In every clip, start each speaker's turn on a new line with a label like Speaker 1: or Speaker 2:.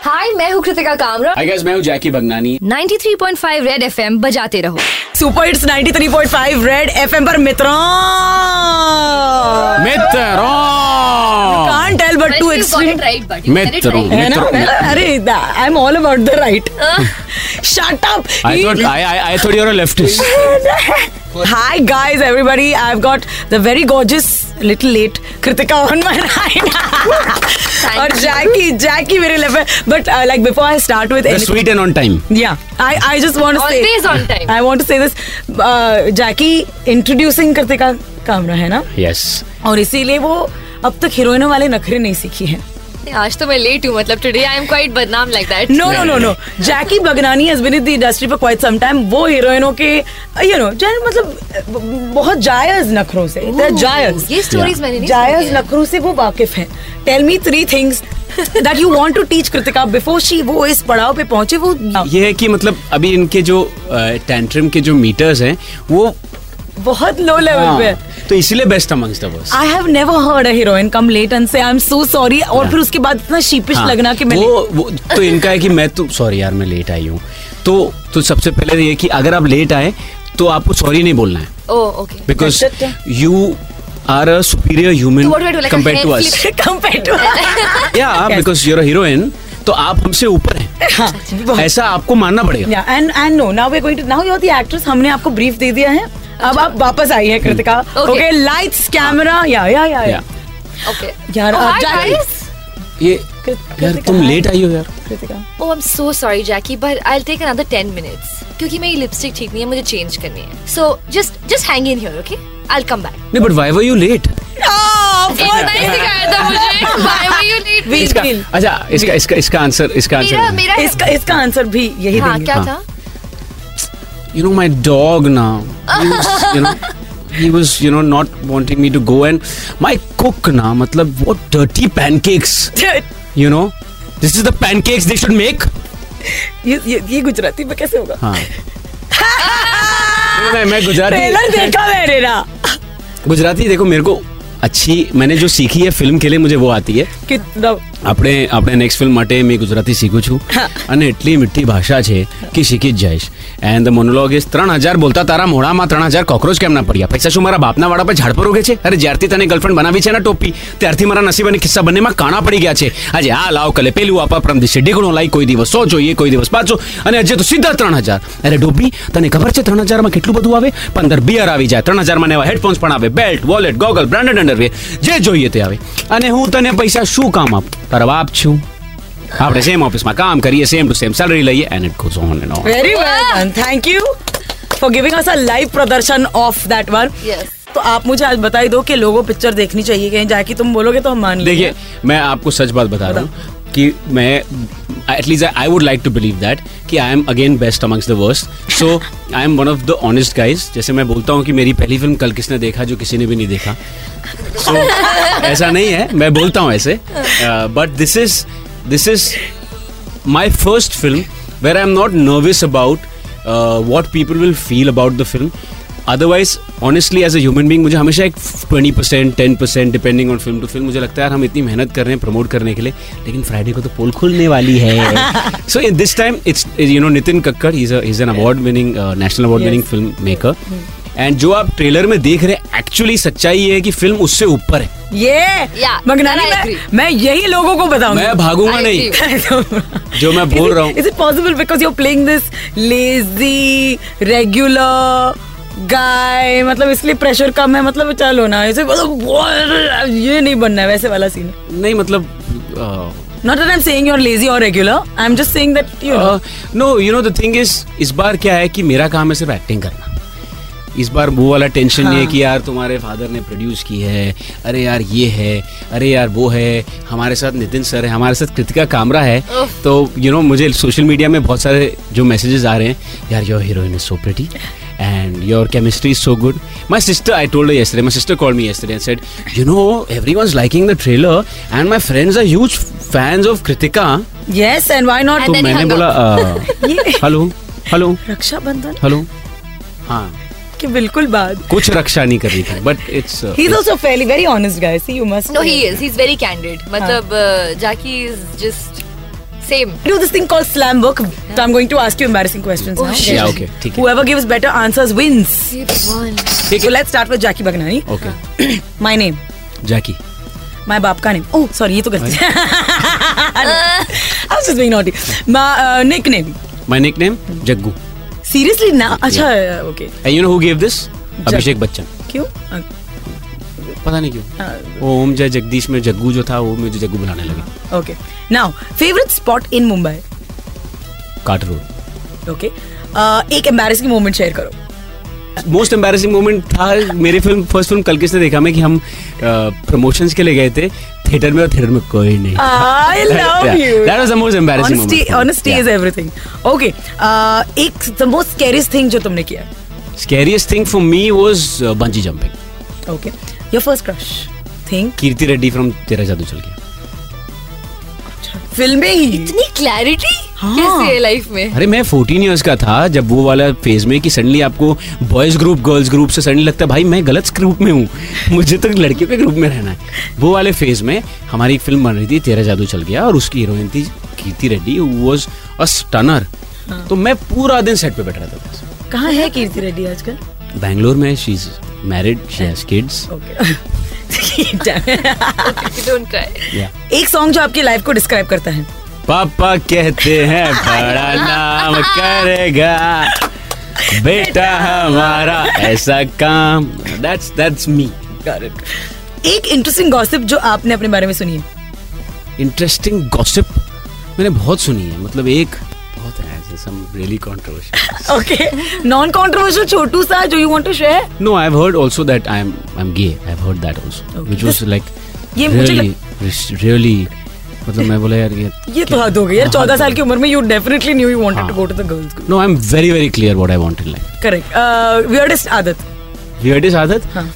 Speaker 1: हाय मैं हूँ Kritika Kamra
Speaker 2: hi guys मैं हूं जैकी बगनानी
Speaker 1: 93.5 रेड एफएम बजाते रहो
Speaker 3: सुपर हिट्स 93.5 रेड एफएम पर मित्रों
Speaker 2: मित्रों
Speaker 3: can't tell but too extreme
Speaker 2: मित्रों
Speaker 3: है ना
Speaker 2: मित्रों
Speaker 3: अरे I am all about the right
Speaker 1: हाँ,
Speaker 3: shut up
Speaker 2: I thought I I I thought you are a leftist
Speaker 3: Hi guys, everybody. I've got the very gorgeous little late Kritika on my right. और Jackie, Jackie मेरे left. But uh, like before I start with
Speaker 2: the
Speaker 3: anything,
Speaker 2: sweet and on time
Speaker 3: yeah, I I just want to say
Speaker 1: Always on time.
Speaker 3: I want to say this. Uh, Jackie introducing Kritika Kamra है ना
Speaker 2: yes
Speaker 3: और इसीलिए वो अब तक हीरोइनों वाले नखरे नहीं सीखी है
Speaker 1: आज तो मैं लेट हूँ मतलब टुडे आई एम क्वाइट बदनाम like that
Speaker 3: no no no no Jackie Bhagnani has been in the industry for quite some time वो हीरोइनों के यू नो मतलब बहुत जायज नखरों से जायज
Speaker 1: ये स्टोरीज मैंने नहीं
Speaker 3: जायज
Speaker 1: सुनी हैं।
Speaker 3: नखरों से वो वाकिफ हैं tell me three things that you want to teach Kritika before she वो इस पड़ाव पे पहुंचे वो
Speaker 2: ये है कि मतलब अभी इनके जो टेंट्रम के जो मीटर्स हैं वो
Speaker 3: बहुत लो
Speaker 1: हाँ।
Speaker 3: लेवल पे है
Speaker 2: तो इसीलिए best amongst the worst
Speaker 3: I have never heard a heroine come late and से आई एम सो सॉरी
Speaker 1: हाँ।
Speaker 3: और फिर उसके बाद इतना शीपिश लगना कि मैंने
Speaker 2: हाँ। वो, वो तो इनका है कि मैं तो सॉरी यार मैं लेट आई हूँ तो तो सबसे पहले ये कि अगर आप लेट आए तो आपको सॉरी नहीं बोलना है
Speaker 1: oh okay
Speaker 2: because
Speaker 3: That's it.
Speaker 2: You are a superior
Speaker 1: So तो what do I do,
Speaker 2: human
Speaker 1: like a
Speaker 2: compare
Speaker 1: head
Speaker 2: to us
Speaker 1: flip?
Speaker 3: Compare to
Speaker 1: हाँ।
Speaker 2: या
Speaker 3: Yes.
Speaker 2: बिकॉज यूर हीरोइन तो आप हमसे ऊपर हैं
Speaker 3: हां
Speaker 2: ऐसा आपको मानना पड़ेगा
Speaker 3: Yeah, and and no, now we're going to now you're the actress. हमने आपको brief दे दिया है. अब आप वापस आई है Kritika.
Speaker 1: Okay.
Speaker 3: Okay, lights, camera, yeah, yeah, yeah,
Speaker 2: या
Speaker 3: yeah.
Speaker 1: ओके
Speaker 3: यार, आप जा-
Speaker 2: ये
Speaker 3: कृत-
Speaker 2: यार
Speaker 3: कृतिका,
Speaker 2: तुम
Speaker 3: हाँ,
Speaker 2: लेट आई हो यार
Speaker 3: Kritika.
Speaker 1: Oh I am so sorry Jackie but I will take another 10 minutes क्योंकि मेरी लिपस्टिक ठीक नहीं है मुझे चेंज करनी है so just just hang in here okay I will come back
Speaker 2: नहीं but why were you late
Speaker 1: Oh,
Speaker 3: We
Speaker 2: इसका
Speaker 3: will.
Speaker 2: अच्छा इसका इसका इसका आंसर इसका
Speaker 1: मेरा
Speaker 2: आंसर
Speaker 1: मेरा
Speaker 3: इसका इसका आंसर भी यही
Speaker 1: हाँ
Speaker 3: देंगे.
Speaker 1: क्या
Speaker 2: अच्छा। हाँ।
Speaker 1: था
Speaker 2: you know my dog now he was, you know he was you know not wanting me to go and my cook now matlab what dirty pancakes you know this is the pancakes they should make
Speaker 3: ये ये ये गुजराती में कैसे होगा?
Speaker 2: हाँ मैं मैं
Speaker 3: trailer
Speaker 2: Gujarati
Speaker 3: देखा मैंने ना.
Speaker 2: गुजराती देखो मेरे को अच्छी मैंने जो सीखी है फिल्म के लिए मुझे वो आती है
Speaker 3: कितना
Speaker 2: આપણે આપણે નેક્સ્ટ ફિલ્મ માટે મેં ગુજરાતી શીખું
Speaker 1: हाँ।
Speaker 2: છું અને એટલી મીઠી ભાષા છે કે શીખી જ જઈશ એન્ડ ધ મોનોલોગ ઇઝ ત્રણ હજાર બોલતા તારા મોઢામાં ત્રણ હજાર કોક્રોચ કેમ ના પડ્યા પૈસા શું મારા બાપના વાળા પર ઝાડ પર ઉગે છે અરે જ્યારથી તને ગર્લફ્રેન્ડ બનાવી છે ને ટોપી ત્યારથી મારા નસીબ અને કિસ્સા બંનેમાં કાણા પડી ગયા છે આજે આ લાવ કલે પેલું આપા પરમ દિવસે ઢીકણો લાઈ કોઈ દિવસ સો જોઈએ કોઈ દિવસ પાછો અને આજે તો સીધા ત્રણ હજાર અરે ડોબી તને ખબર છે ત્રણ હજારમાં કેટલું બધું આવે પંદર બિયર આવી જાય ત્રણ હજારમાં નવા હેડફોન્સ પણ આવે belt wallet goggle branded underwear જે જોઈએ તે આવે અને હું તને પૈસા શું કામ આપું તારા બાપ છું આપણે સેમ ઓફિસમાં કામ કરીએ સેમ ટુ સેમ સેલરી લઈએ and it goes on and on
Speaker 3: very well done thank you for giving us a live प्रदर्शन ऑफ दैट वन
Speaker 1: Yes.
Speaker 3: तो आप मुझे आज बताई दो कि लोगों पिक्चर देखनी चाहिए कहीं जाके तुम बोलोगे तो हम मान लेंगे
Speaker 2: देखिए मैं आपको सच बात बता रहा हूँ कि मैं at least I would like to believe that कि I am again best amongst the worst so I am one of the honest guys जैसे मैं बोलता हूँ कि मेरी पहली फिल्म कल किसने देखा जो किसी ने भी नहीं देखा सो ऐसा नहीं है मैं बोलता हूँ ऐसे Uh, but this is this is my first film where I'm not nervous about uh, what people will feel about the film. Otherwise, honestly, as a human being, मुझे हमेशा एक 20%, 10% depending on film to film मुझे लगता है यार हम इतनी मेहनत कर रहे हैं प्रमोट करने के लिए लेकिन फ्राइडे को तो पोल खुलने वाली है so in this time it's you know Nitin Kakkar is is an award winning national award winning film maker and जो आप ट्रेलर में देख रहे हैं एक्चुअली सच्चाई ये है कि फिल्म उससे ऊपर है
Speaker 3: ये
Speaker 1: Yeah,
Speaker 3: मगनानी
Speaker 1: that I
Speaker 3: मैं,
Speaker 1: agree.
Speaker 3: मैं यही लोगों को बताऊंगा
Speaker 2: मैं भागूंगा
Speaker 1: I
Speaker 2: नहीं
Speaker 1: agree.
Speaker 2: जो मैं बोल रहा हूँ
Speaker 3: is it possible because you playing this lazy regular guy मतलब इसलिए प्रेशर कम है मतलब चलो ना ऐसे मतलब वो- ये नहीं बनना है वैसे वाला सीन
Speaker 2: नहीं मतलब uh,
Speaker 3: not that I am saying you are lazy और regular I am just saying that you know
Speaker 2: no you know the thing is इस बार क्या है कि मेरा काम है सिर्फ एक्टिंग करना इस बार वो वाला टेंशन नहीं है
Speaker 1: हाँ।
Speaker 2: कि यार तुम्हारे फादर ने प्रोड्यूस की है अरे यार ये है अरे यार वो है हमारे साथ नितिन सर है हमारे साथ कृतिका कामरा है
Speaker 1: उफ।
Speaker 2: तो यू you नो know, मुझे सोशल मीडिया में बहुत सारे जो मैसेजेस आ रहे हैं यार your heroine is so pretty and your chemistry is so good my sister I told yesterday my sister call me yesterday and said you know every one is liking the trailer and my friends are huge fans of Kritika
Speaker 3: yes and why not
Speaker 2: तो
Speaker 1: And then he
Speaker 2: मैंने
Speaker 1: hung
Speaker 2: बोला "हाँ."
Speaker 3: ये-
Speaker 2: "आ, hello hello
Speaker 3: Rakshabandhan
Speaker 2: hello हाँ
Speaker 3: के बिल्कुल बाद
Speaker 2: कुछ रक्षा नहीं करी थी but it's
Speaker 3: he is also fairly very honest guy see you must
Speaker 1: No, he is. He's very candid. मतलब uh, Jackie is just Same.
Speaker 3: do this thing called slam book. So I'm going to ask you embarrassing questions
Speaker 1: Oh,
Speaker 3: now.
Speaker 1: shit.
Speaker 2: Yeah, okay, ठीक है।
Speaker 3: Whoever gives better answers wins.
Speaker 1: Keep one.
Speaker 2: ठीक
Speaker 3: So
Speaker 2: है
Speaker 3: let's start with Jackie Bagnani.
Speaker 2: Okay
Speaker 3: My name.
Speaker 2: Jackie
Speaker 3: My बाप का name. Oh, sorry, ये तो गलती है. I was just being naughty. My uh, nickname.
Speaker 2: My nickname Jaggu
Speaker 3: Seriously ना अच्छा okay.
Speaker 2: And you know who gave this Abhishek Bachchan
Speaker 3: क्यों? Uh,
Speaker 2: पता नहीं क्यों
Speaker 3: uh,
Speaker 2: वो ओम जय जगदीश में जग्गू जो था वो मुझे जग्गू बुलाने लगा
Speaker 3: Uh, okay. Now, favorite spot in Mumbai.
Speaker 2: Carter road
Speaker 3: Okay. Uh, एक embarrassing moment share करो.
Speaker 2: मोस्ट एम्बेसिंग मोमेंट था मेरी फिल्म फर्स्ट फिल्म कल किसने देखा में कि हम प्रमोशंस के लिए गए थे थिएटर में और थिएटर में कोई नहीं
Speaker 3: I love you.
Speaker 2: That was the most embarrassing
Speaker 3: Honesty,
Speaker 2: moment
Speaker 3: honesty is everything. Okay. Uh, एक the most scariest thing जो तुमने किया.
Speaker 2: Scariest thing for me was bungee jumping
Speaker 3: Okay. Your first crush thing.
Speaker 2: Kirti Reddy from Tera Jadoo चल गया
Speaker 3: film में ही
Speaker 1: इतनी clarity
Speaker 3: हाँ।
Speaker 1: कैसे है लाइफ में
Speaker 2: अरे मैं 14 इयर्स का था जब वो वाला फेज में कि सडनली आपको बॉयज ग्रुप गर्ल्स ग्रुप से सडनली लगता है भाई मैं गलत ग्रुप में हूँ मुझे तो लड़कियों के ग्रुप में रहना है वो वाले फेज में हमारी एक फिल्म बन रही थी तेरा जादू चल गया और उसकी हीरोइन थी Kirti Reddy was a stunner तो मैं पूरा दिन सेट पे बैठ रहा था बस
Speaker 3: कहाँ है कीर्ति रेड्डी आजकल
Speaker 2: बैंगलोर में she is married she has kids
Speaker 3: okay
Speaker 1: don't cry
Speaker 3: एक सॉन्ग जो आपकी लाइफ को डिस्क्राइब करता है
Speaker 2: पापा कहते हैं बड़ा नाम करेगा बेटा हमारा ऐसा काम दैट्स दैट्स मी
Speaker 3: एक इंटरेस्टिंग गॉसिप जो आपने अपने बारे में सुनी है
Speaker 2: इंटरेस्टिंग गॉसिप मैंने बहुत सुनी है मतलब एक बहुत है some really controversial
Speaker 3: okay non controversial छोटू सा जो you want to share
Speaker 2: no I have heard also that I am I am gay I have heard that also
Speaker 3: Okay.
Speaker 2: Which was like
Speaker 3: ये मुझे
Speaker 2: रियली रियली मतलब मैं बोला यार ये
Speaker 3: ये तो हद हो गई हाँ। यार चौदह साल की उम्र में you definitely knew you wanted to go to the girls
Speaker 2: no I am very very clear what I want in life
Speaker 3: correct weirdest Uh, आदत
Speaker 2: वियर्डेस्ट आदत
Speaker 3: हाँ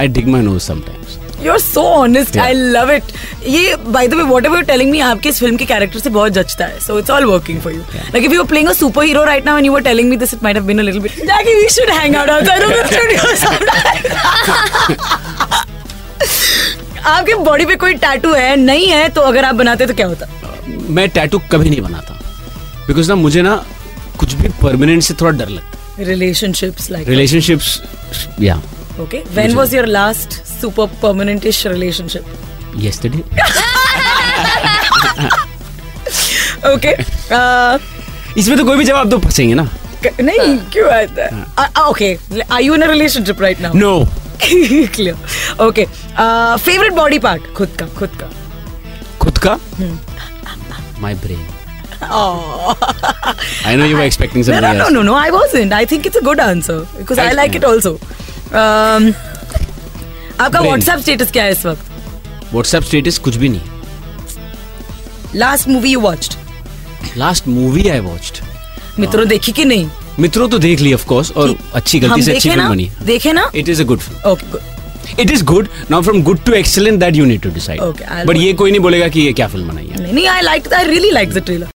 Speaker 2: I dig my nose sometimes
Speaker 3: you are so honest
Speaker 2: Yeah.
Speaker 3: I love it ये by the way whatever you telling me आपके इस film के character से बहुत जचता है so it's all working for you like if you were playing a super hero right now and you were telling me this it might have been a little bit that we should hang out outside of the studio आपके body पे कोई tattoo है नहीं है तो अगर आप बनाते तो क्या होता
Speaker 2: Uh, मैं टैटू कभी नहीं बनाता बिकॉज ना मुझे ना कुछ भी परमानेंट से थोड़ा डर लगता है
Speaker 3: रिलेशनशिप्स लाइक
Speaker 2: रिलेशनशिप्स या
Speaker 3: okay when was your last super permanentish relationship
Speaker 2: yesterday
Speaker 3: okay
Speaker 2: इसमें तो कोई भी जवाब तो फंसेंगे ना
Speaker 3: Uh, हाँ। नहीं क्यों आता है Uh, okay are you in a relationship right now
Speaker 2: no
Speaker 3: clear okay favourite body part खुद का खुद का
Speaker 2: खुद का
Speaker 3: hmm.
Speaker 2: My brain I know you were expecting
Speaker 3: no no no
Speaker 2: something
Speaker 3: no no i wasn't i think it's a good answer because i
Speaker 2: Thanks,
Speaker 3: like
Speaker 2: man.
Speaker 3: it also um, आपका
Speaker 2: Brain.
Speaker 3: WhatsApp status क्या है इस वक्त
Speaker 2: WhatsApp status कुछ भी नहीं
Speaker 3: last movie you watched
Speaker 2: last movie I watched
Speaker 3: Mitron देखी कि नहीं
Speaker 2: मित्रों तो देख ली ऑफ कोर्स हाँ। और
Speaker 3: ठीक।
Speaker 2: अच्छी
Speaker 3: हम
Speaker 2: गलती से अच्छी
Speaker 3: देखे
Speaker 2: फिल्म
Speaker 3: ना
Speaker 2: बनी
Speaker 3: देखे ना
Speaker 2: it is a good film
Speaker 3: okay good
Speaker 2: it is good now from good to excellent that you need to decide
Speaker 3: Okay, I'll
Speaker 2: but
Speaker 3: watch
Speaker 2: ये कोई नहीं बोलेगा कि ये क्या फिल्म बनाई है
Speaker 3: नहीं I like I really like the trailer